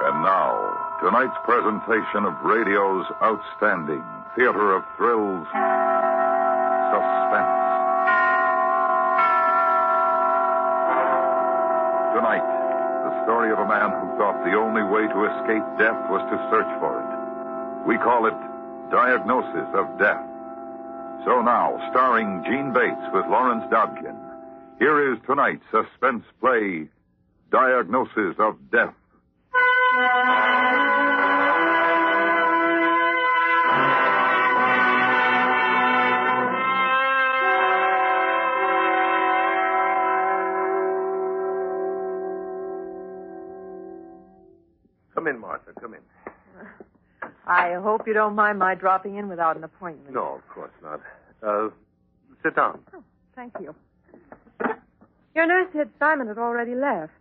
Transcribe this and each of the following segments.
And now, tonight's presentation of radio's outstanding theater of thrills, Suspense. Tonight, the story of a man who thought the only way to escape death was to search for it. We call it Diagnosis of Death. So now, starring Gene Bates with Lawrence Dobkin, here is tonight's suspense play, Diagnosis of Death. Come in, Martha. Come in. I hope you don't mind my dropping in without an appointment. Oh, No, of course not. Uh, sit down. Thank you. Your nurse said Simon had already left.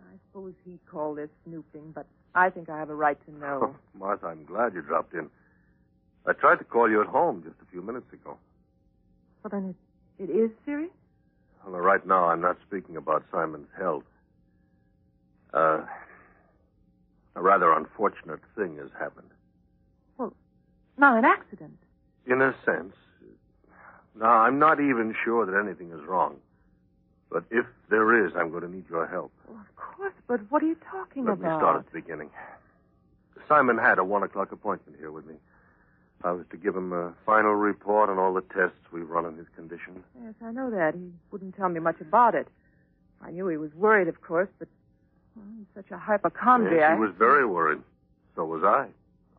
I suppose he called it snooping, but I think I have a right to know. Oh, Martha, I'm glad you dropped in. I tried to call you at home just a few minutes ago. Well, then it, it is serious? Well, right now, I'm not speaking about Simon's health. Uh, a rather unfortunate thing has happened. Well, not an accident. In a sense. Now, I'm not even sure that anything is wrong. But if there is, I'm going to need your help. Well, Oh, of course, but what are you talking Let about? me start at the beginning. Simon had a one o'clock appointment here with me. I was to give him a final report on all the tests we've run on his condition. Yes, I know that. He wouldn't tell me much about it. I knew he was worried, of course, but well, he's such a hypochondriac. Yes, he was very worried. So was I.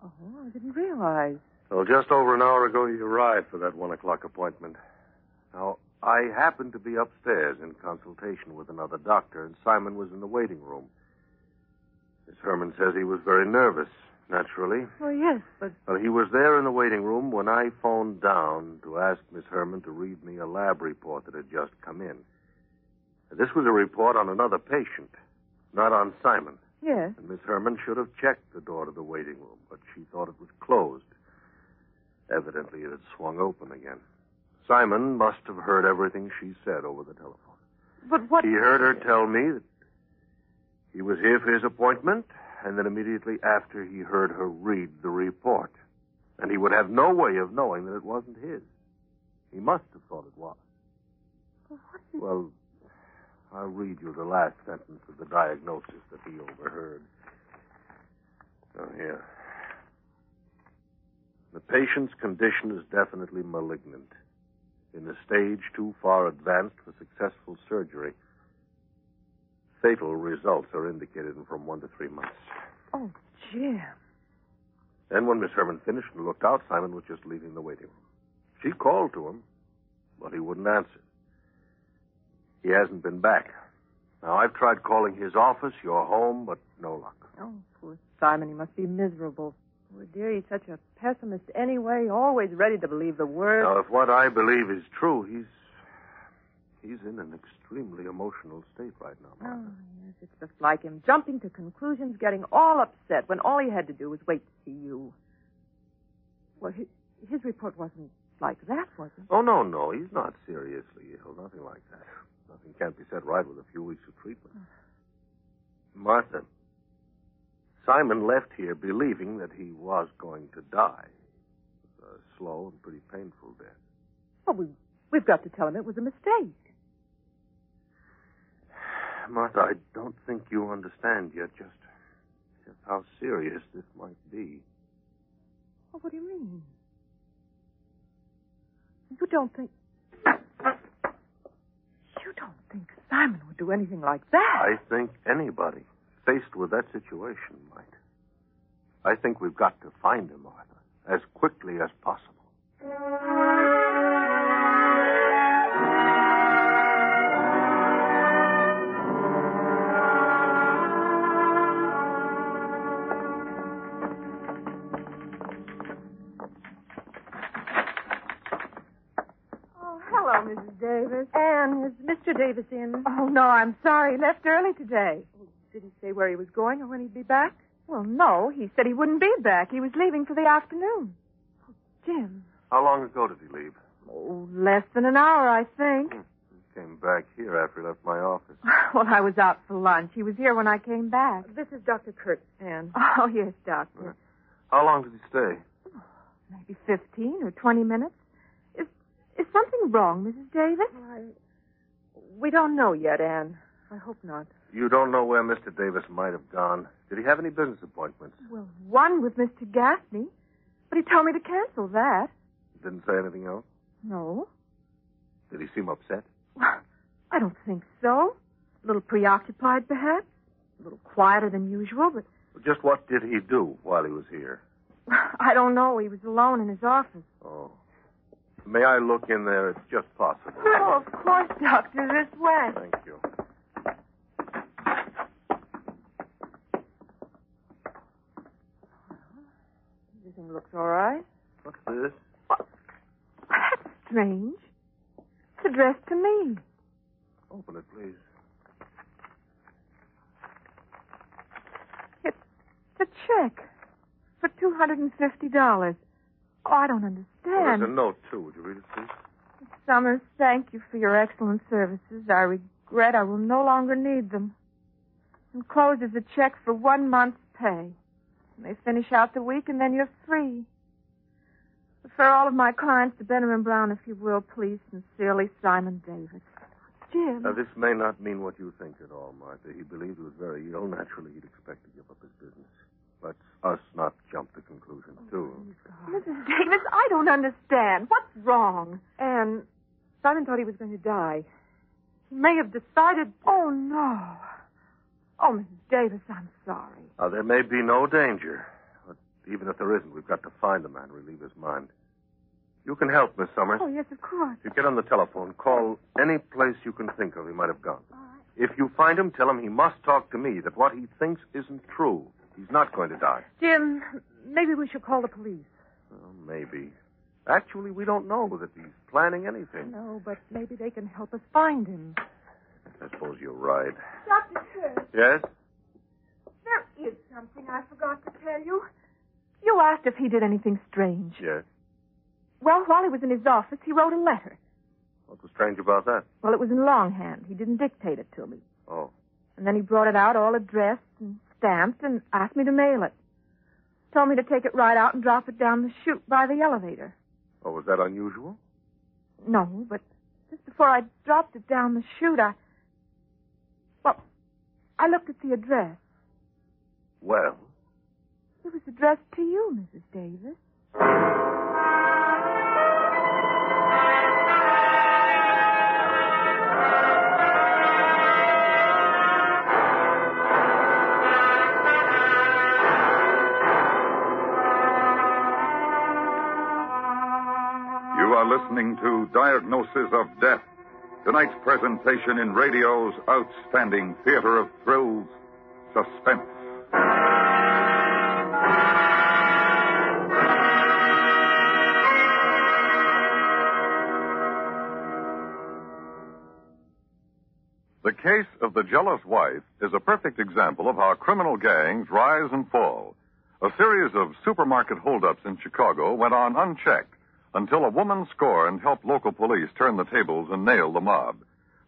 Oh, I didn't realize. So just over an hour ago, he arrived for that one o'clock appointment. Now, I happened to be upstairs in consultation with another doctor, and Simon was in the waiting room. Miss Herman says he was very nervous, naturally. Oh, yes, but Well, he was there in the waiting room when I phoned down to ask Miss Herman to read me a lab report that had just come in. This was a report on another patient, not on Simon. yes. And Miss Herman should have checked the door to the waiting room, but she thought it was closed. Evidently, it had swung open again. Simon must have heard everything she said over the telephone. But what? He heard her tell me that he was here for his appointment, and then immediately after he heard her read the report. And he would have no way of knowing that it wasn't his. He must have thought it was. What is- Well, I'll read you the last sentence of the diagnosis that he overheard. Oh, here. The patient's condition is definitely malignant, in a stage too far advanced for successful surgery. Fatal results are indicated in from one to three months. Oh, Jim. Then, when Miss Herman finished and looked out, Simon was just leaving the waiting room. She called to him, but he wouldn't answer. He hasn't been back. Now, I've tried calling his office, your home, but no luck. Oh, poor Simon. He must be miserable. Poor dear, he's such a pessimist anyway, always ready to believe the worst. Now, if what I believe is true, he's. He's in an extremely emotional state right now, Martha. Oh, yes, it's just like him. Jumping to conclusions, getting all upset when all he had to do was wait to see you. Well, his, his report wasn't like that, was it? Oh, no, no, he's not seriously ill. Nothing like that. Nothing can't be set right with a few weeks of treatment. Martha, Simon left here believing that he was going to die. A slow and pretty painful death. Well, we, we've got to tell him it was a mistake. Martha, I don't think you understand yet just, just how serious this might be. Well, what do you mean? You don't think. You don't think Simon would do anything like that? I think anybody faced with that situation might. I think we've got to find him, Martha, as quickly as possible. Oh, hello, Mrs. Davis. Anne, is Mr. Davis in? Oh, no, I'm sorry. He left early today. Did he say where he was going or when he'd be back? Well, no. He said he wouldn't be back. He was leaving for the afternoon. Oh, Jim. How long ago did he leave? Oh, less than an hour, I think. came back here after he left my office. Well, I was out for lunch. He was here when I came back. This is Dr. Kurtz, Anne. Oh, yes, doctor. How long did he stay? Maybe 15 or 20 minutes. Is, is something wrong, Mrs. Davis? I... We don't know yet, Anne. I hope not. You don't know where Mr. Davis might have gone. Did he have any business appointments? Well, one with Mr. Gaffney, but he told me to cancel that. Didn't say anything else? No. Did he seem upset? Well, I don't think so. A little preoccupied, perhaps. A little quieter than usual, but Just what did he do while he was here? I don't know. He was alone in his office. Oh. May I look in there? It's just possible. Oh, of course, Doctor, this way. Thank you. Everything looks all right. What's this? That's strange. It's addressed to me. Open it, please. It's a check for $250. Oh, I don't Oh, understand. there's a note, too. Would you read it, please? Summers, thank you for your excellent services. I regret I will no longer need them. Enclosed is a check for one month's pay. You may finish out the week and then you're free. Refer all of my clients to Benham and Brown, if you will, please. Sincerely, Simon Davis. Jim. Now, this may not mean what you think at all, Martha. He believed he was very ill. Naturally, he'd expect to give up his business. Let's us not jump to conclusions, too. Mrs. Davis, I don't understand. What's wrong? Anne, Simon thought he was going to die. He may have decided. Oh, no. Oh, Mrs. Davis, I'm sorry. Now, there may be no danger. But even if there isn't, we've got to find the man, relieve his mind. You can help, Miss Summers. Oh, yes, of course. You get on the telephone, call any place you can think of he might have gone. If you find him, tell him he must talk to me, that what he thinks isn't true. He's not going to die. Jim, maybe we should call the police. Well, maybe. Actually, we don't know that he's planning anything. No, but maybe they can help us find him. I suppose you're right. Dr. Kurtz, Yes? there is something I forgot to tell you. You asked if he did anything strange. Yes. Well, while he was in his office, he wrote a letter. What was strange about that? Well, it was in longhand. He didn't dictate it to me. Oh. And then he brought it out all addressed and stamped and asked me to mail it. Told me to take it right out and drop it down the chute by the elevator. Oh, was that unusual? No, but just before I dropped it down the chute, I. Well, I looked at the address. Well, It was addressed to you, Mrs. Davis. You are listening to Diagnosis of Death, tonight's presentation in radio's outstanding theater of thrills, Suspense. The case of the jealous wife is a perfect example of how criminal gangs rise and fall. A series of supermarket holdups in Chicago went on unchecked until a woman scorned helped local police turn the tables and nail the mob.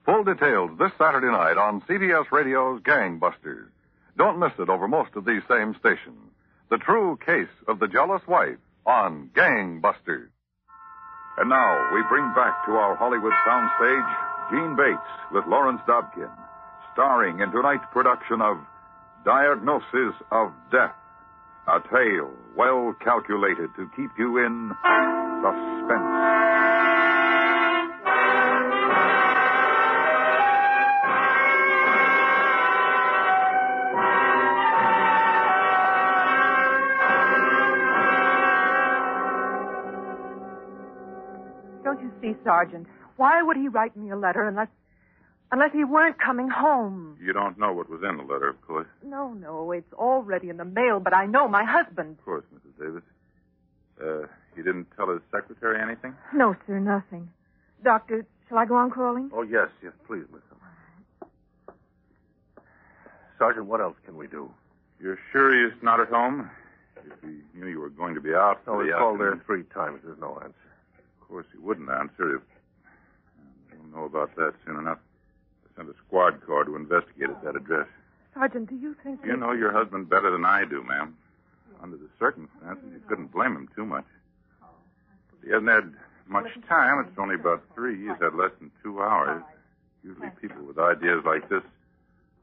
Full details this Saturday night on CBS Radio's Gangbusters. Don't miss it over most of these same stations. The true case of the jealous wife on Gangbusters. And now we bring back to our Hollywood soundstage Gene Bates with Lawrence Dobkin, starring in tonight's production of Diagnosis of Death, a tale well calculated to keep you in suspense. Don't you see, Sergeant? Why would he write me a letter unless. unless he weren't coming home? You don't know what was in the letter, of course. No, no, it's already in the mail, but I know my husband. Of course, Mrs. Davis. Uh, you didn't tell his secretary anything? No, sir, nothing. Doctor, shall I go on calling? oh, yes, yes, please, Miss Summers. Sergeant, what else can we do? You're sure he's not at home? If he knew you were going to be out Oh, for we the called there afternoon, three times. There's no answer. of course he wouldn't answer. If I don't know about that soon enough. I sent a squad car to investigate at that address. Sergeant, do you think You know your husband better than I do, ma'am. Under the circumstances, you couldn't blame him too much. He hasn't had much time. It's only about three. He's had less than two hours. Usually people with ideas like this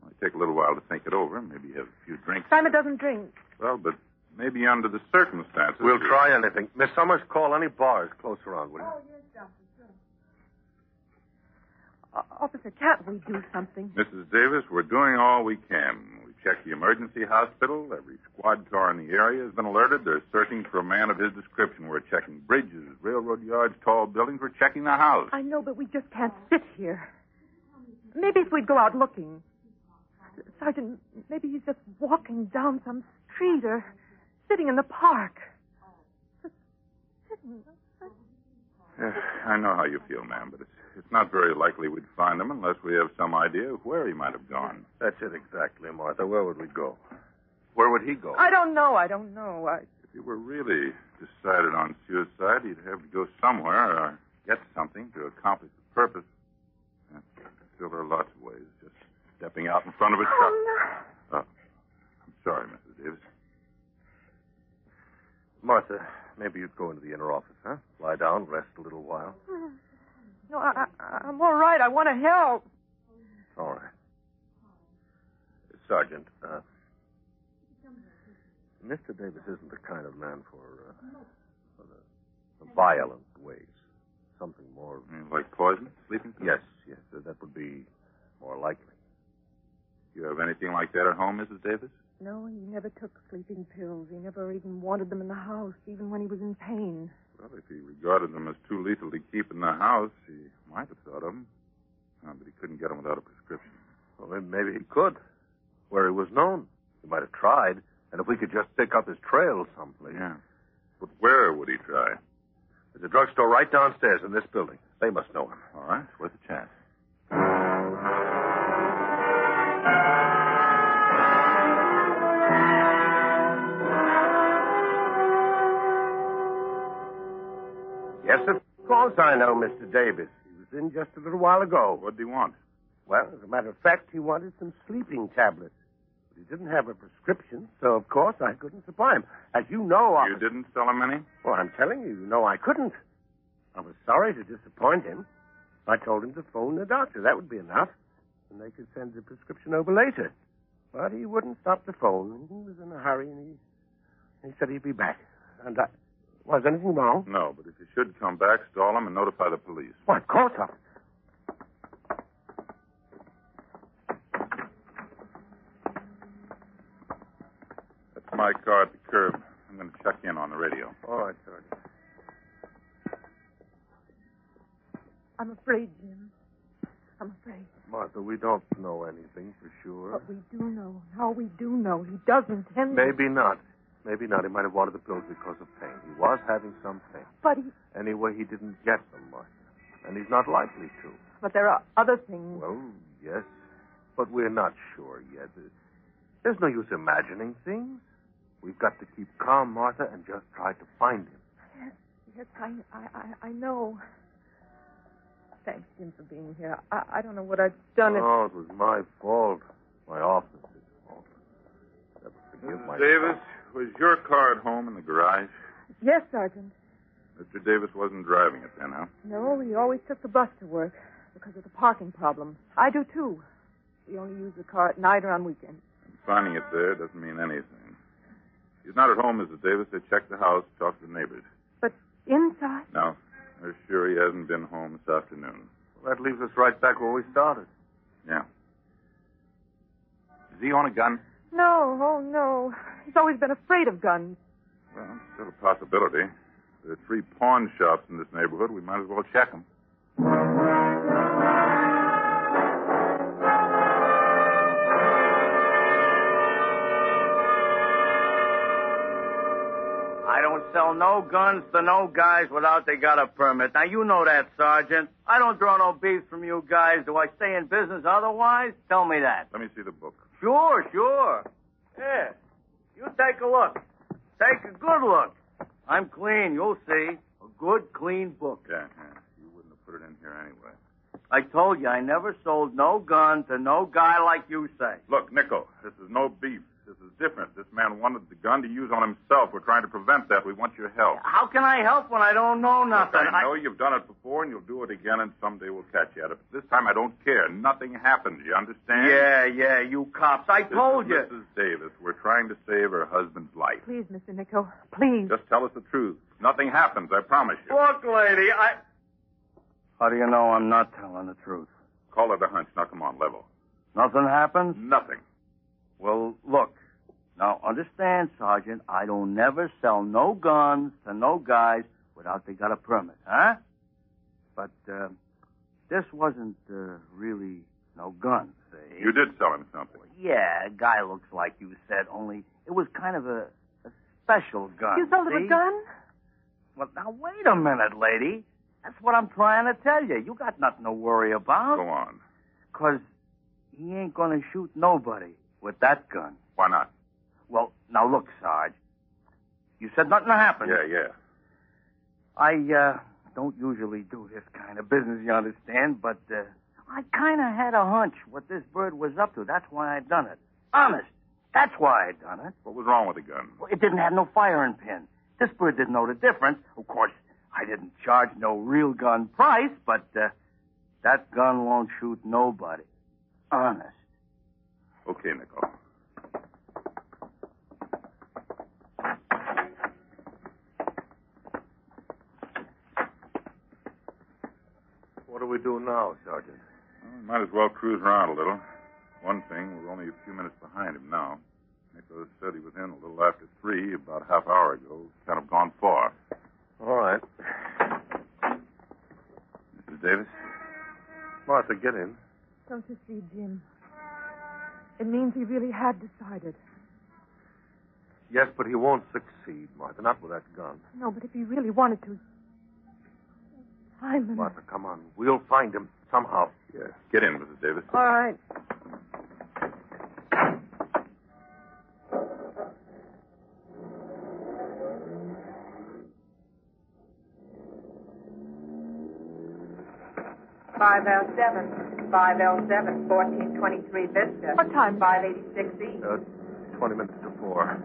only take a little while to think it over. Maybe have a few drinks. Simon doesn't drink. Well, but maybe under the circumstances. We'll try anything. Miss Summers, call any bars close around, will you? O- Officer, can't we do something? Mrs. Davis, we're doing all we can. We checked the emergency hospital. Every squad car in the area has been alerted. They're searching for a man of his description. We're checking bridges, railroad yards, tall buildings. We're checking the house. I know, but we just can't sit here. Maybe if we'd go out looking. Sergeant, maybe he's just walking down some street or sitting in the park. Just sitting. Yeah, I know how you feel, ma'am, but it's, it's not very likely we'd find him unless we have some idea of where he might have gone. That's it exactly, Martha. Where would we go? Where would he go? I don't know. I don't know. I, If he were really decided on suicide, he'd have to go somewhere or get something to accomplish the purpose. Yeah, still, there are lots of ways. Just stepping out in front of a truck. Oh, I'm sorry, Mrs. Davis. Martha, maybe you'd go into the inner office, huh? Lie down, rest a little while. no. No, I, I, I'm all right. I want to help. All right. Sergeant, uh, Mr. Davis isn't the kind of man for, uh, for the, the violent ways. Something more. You like poison? Sleeping? Yes, yes, that would be more likely. You have anything like that at home, Mrs. Davis? No, he never took sleeping pills. He never even wanted them in the house, even when he was in pain. Well, if he regarded them as too lethal to keep in the house, he might have thought of them. Uh, but he couldn't get them without a prescription. Well, then maybe he could. Where he was known. He might have tried. And if we could just pick up his trail someplace. Yeah. But where would he try? There's a drugstore right downstairs in this building. They must know him. All right, it's worth a chance. Yes, of course I know Mr. Davis. He was in just a little while ago. What do you want? Well, as a matter of fact, he wanted some sleeping tablets. But he didn't have a prescription, so of course I couldn't supply him. As you know, I... You didn't sell him any? Well, I'm telling you, you know I couldn't. I was sorry to disappoint him. I told him to phone the doctor. That would be enough. And they could send the prescription over later. But he wouldn't stop the phone. He was in a hurry, and he, he said he'd be back. And I... Was anything wrong? No, but if you should come back, stall him and notify the police. Why, of course, officer. That's my car at the curb. I'm going to check in on the radio. All right, Sergeant. I'm afraid, Jim. I'm afraid. Martha, we don't know anything for sure. But we do know. Now we do know. He doesn't, Henry. Maybe not. Maybe not. He might have wanted the pills because of pain. He was having some pain. But he, Anyway, he didn't get them, Martha. And he's not likely to. but there are other things. Well, yes. But we're not sure yet. There's no use imagining things. We've got to keep calm, Martha, and just try to find him. Yes, I, I, I, I know. Thanks, Jim, for being here. I, I don't know what I've done. if- Oh, it was my fault. My officer's fault. Never forgive Mrs. myself. Davis, was your car at home in the garage? Yes, Sergeant. Mr. Davis wasn't driving it then, huh? No, he always took the bus to work because of the parking problem. I do too. We only use the car at night or on weekends. And finding it there doesn't mean anything. He's not at home, Mrs. Davis. They checked the house, talked to the neighbors. But inside, No, they're sure he hasn't been home this afternoon. Well, that leaves us right back where we started. Yeah. Is he on a gun? no, oh no. He's always been afraid of guns. Well, it's still a possibility. There are three pawn shops in this neighborhood. We might as well check them. I don't sell no guns to no guys without they got a permit. Now you know that, Sergeant. I don't draw no beef from you guys. Do I stay in business otherwise? Tell me that. Let me see the book. Sure, sure. Yeah. You take a look. Take a good look. I'm clean, you'll see. A good, clean book. Yeah, yeah. You wouldn't have put it in here anyway. I told you I never sold no gun to no guy like you say. Look, Nico, this is no beef. This is different. This man wanted the gun to use on himself. We're trying to prevent that. We want your help. How can I help when I don't know nothing? Look, I know you've done it before, and you'll do it again, and someday we'll catch you at it. But this time, I don't care. Nothing happens. You understand? Yeah, yeah, you cops. I This told is you. Mrs. Davis. We're trying to save her husband's life. Please, Mr. Nico, please. Just tell us the truth. Nothing happens. I promise you. Look, lady, I. How do you know I'm not telling the truth? Call it a hunch. Now, come on, level. Nothing happens? Nothing. Well, look. Now, understand, Sergeant, I don't never sell no guns to no guys without they got a permit, huh? But, uh, this wasn't, uh, really no gun, see? You did sell him something. Yeah, a guy looks like you said, only it was kind of a, a special gun. You sold him see? a gun? Well, now, wait a minute, lady. That's what I'm trying to tell you. You got nothing to worry Go about, on. 'cause he ain't gonna shoot nobody with that gun. Why not? Well, now look, Sarge. You said nothing happened. Yeah, yeah. I uh, don't usually do this kind of business, you understand, but uh, I kind of had a hunch what this bird was up to. That's why I done it. Honest. That's why I done it. What was wrong with the gun? Well, it didn't have no firing pin. This bird didn't know the difference. Of course, I didn't charge no real gun price, but uh, that gun won't shoot nobody. Honest. Okay, Nico. What do we do now, Sergeant? Well, might as well cruise around a little. One thing, we're only a few minutes behind him now. Nico said he was in a little after three, about a half hour ago. Can't have gone far. All right. Mrs. Davis? Martha, get in. Don't you see, Jim? It means he really had decided. Yes, but he won't succeed, Martha. Not with that gun. No, but if he really wanted to. Simon. Martha, come on. We'll find him somehow. Yeah. Get in, Mrs. Davis. All right. Five L seven, five L seven, fourteen twenty-three Vista. What time? Five eighty-six E. Uh, 20 minutes to four.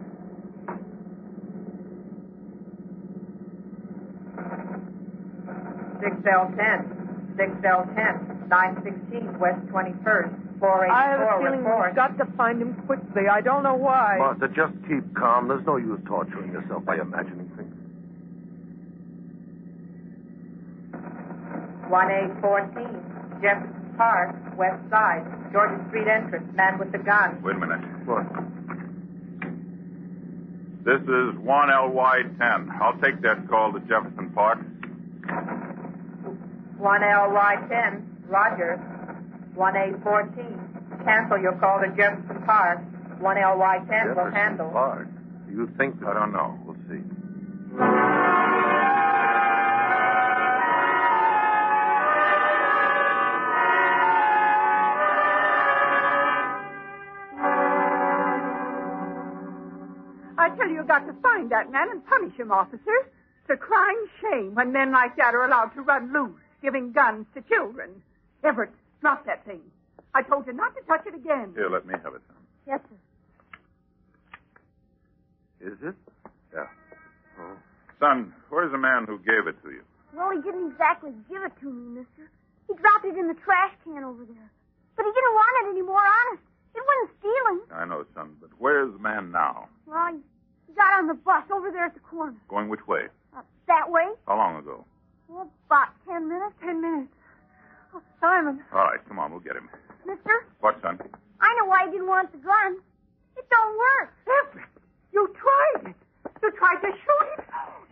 Six L ten, six L ten, nine sixteen West Twenty-first, four I have a eighty-four. feeling report. we've got to find him quickly. I don't know why. Martha, just keep calm. There's no use torturing yourself by imagining things. One eight fourteen Jefferson Park, West Side, Georgia Street entrance. Man with the gun. Wait a minute. Martha. This is 1LY10. I'll take that call to Jefferson Park. One L Y ten Rogers. One eight fourteen. Cancel your call to Jefferson Park. One L Y ten will Jefferson handle. Park. Do you think that... I don't know. We'll see. I tell you, you've got to find that man and punish him, officer. It's a crying shame when men like that are allowed to run loose, giving guns to children. Everett, drop that thing. I told you not to touch it again. Here, let me have it. Son. Yes, sir. Is it? Yeah. Oh. Son, where's the man who gave it to you? Well, he didn't exactly give it to me, mister. He dropped it in the trash can over there. But he didn't want it anymore, honest. It wasn't stealing. I know, son, but where's the man now? Well, he, he got on the bus over there at the corner. Going which way? Up that way? How long ago? Well, about ten minutes. Ten minutes. Oh, Simon. All right, come on, we'll get him. Mister, What, son? I know why he didn't want the gun. It don't work. Everett, you tried it. You tried to shoot it.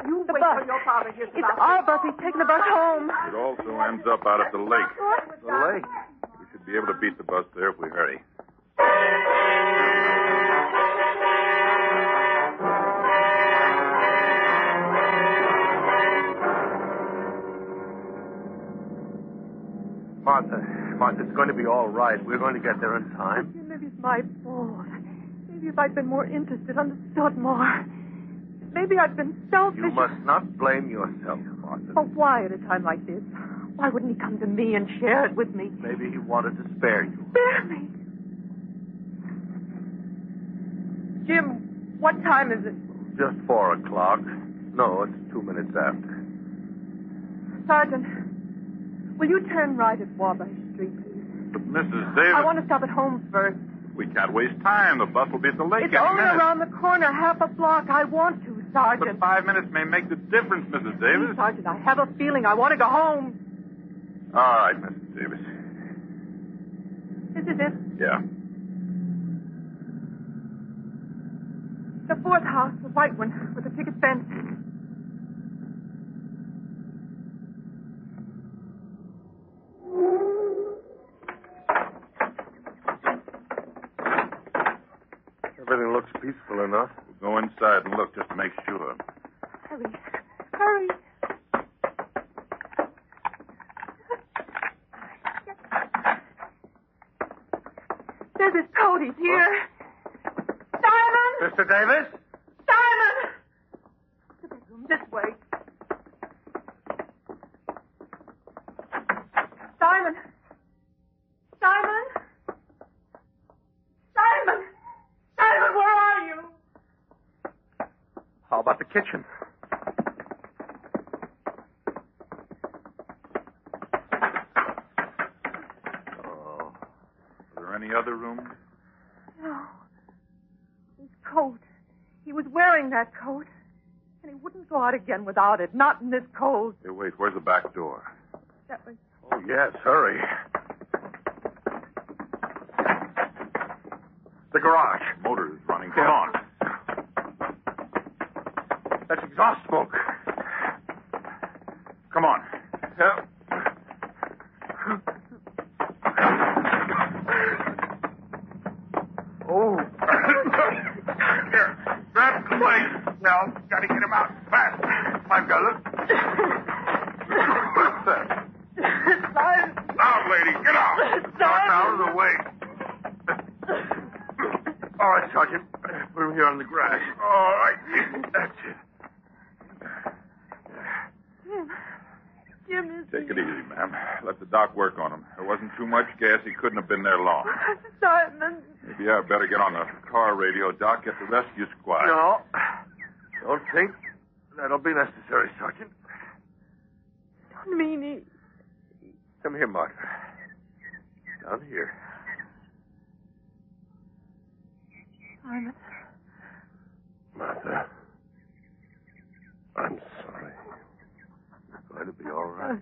You The wait bus. till your father hears It's about our it. bus. He's taking the bus home. It also ends up out at the lake. The lake. We should be able to beat the bus there if we hurry. Martha, Martha, it's going to be all right. We're going to get there in time. Jim, Maybe it's my fault. Maybe if I'd been more interested, understood more. Maybe I've been selfish. You must not blame yourself, Martha. Oh. But why at a time like this? Why wouldn't he come to me and share it with me? Maybe he wanted to spare you. Spare me. Jim, what time is it? Just four o'clock. No, it's two minutes after. Sergeant, will you turn right at Wabash Street, please? But Mrs. Davis, I want to stop at home first. we can't waste time. The bus will be at the lake it's any only minute. around the corner, half a block. I want to, But Sergeant. five minutes may make the difference, Mrs. Please, Davis. Sergeant, I have a feeling I want to go home. All right, Mrs. Davis. This is it. Yeah. The fourth house, the white one, with the picket fence. Everything looks peaceful enough. We'll go inside and look just to make sure. Hurry. Hurry. There's his coat. He's here. Simon! Mr. Davis? Simon! To the bedroom this way. Simon! Simon! Simon! Simon, where are you? How about the kitchen? Oh, Uh, Are there any other rooms? No. His coat. He was wearing that coat. And he wouldn't go out again without it. Not in this cold. Hey, wait, where's the back door? That was. oh yes, hurry. The garage. Motor is running. Come on. That's exhaust smoke. Come on. Yeah. Oh. Here, grab the legs. Now, gotta get him out fast. My fellas. What's that? Simon! Out, lady, get out. Get out of the way. All right, Sergeant. Put him here on the grass. All right. That's it. Jim. Jim is. Take it easy, ma'am. Let the doc work on him. There wasn't too much gas. He couldn't have been there long. Simon. Maybe I better get on the car radio, Doc. Get the rescue squad. No. Don't think that'll be necessary, Sergeant. Don't mean he. Come here, Martha. Down here. Simon. Martha. I'm sorry. You're going to be all right.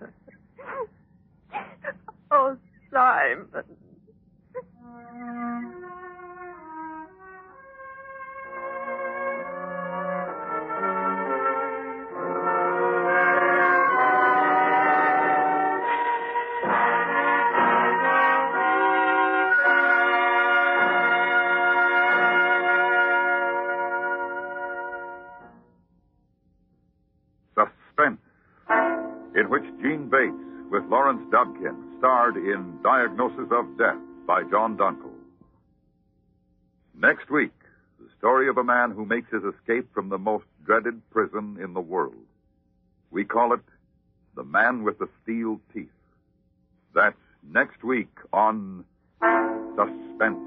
Oh, Simon. Suspense, in which Gene Bates with Lawrence Dobkin starred in Diagnosis of Death by John Dunkel. Next week, the story of a man who makes his escape from the most dreaded prison in the world. We call it The Man with the Steel Teeth. That's next week on Suspense.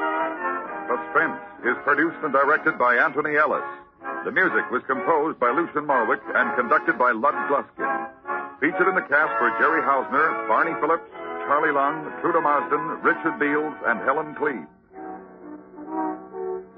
Suspense is produced and directed by Anthony Ellis. The music was composed by Lucian Marwick and conducted by Lud Gluskin. Featured in the cast were Jerry Hausner, Barney Phillips, Charlie Lung, Truda Marsden, Richard Beals, and Helen Cleve.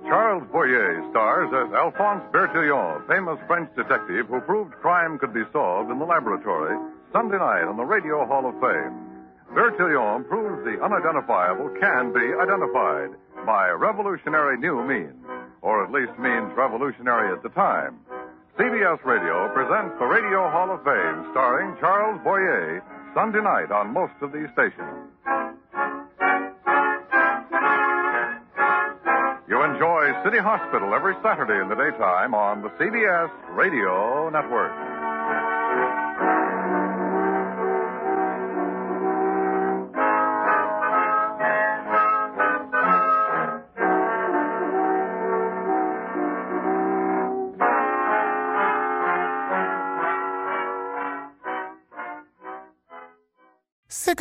Charles Boyer stars as Alphonse Bertillon, famous French detective who proved crime could be solved in the laboratory Sunday night on the Radio Hall of Fame. Bertillon proves the unidentifiable can be identified by revolutionary new means, or at least means revolutionary at the time. CBS Radio presents the Radio Hall of Fame starring Charles Boyer Sunday night on most of these stations. You enjoy City Hospital every Saturday in the daytime on the CBS Radio Network. Sick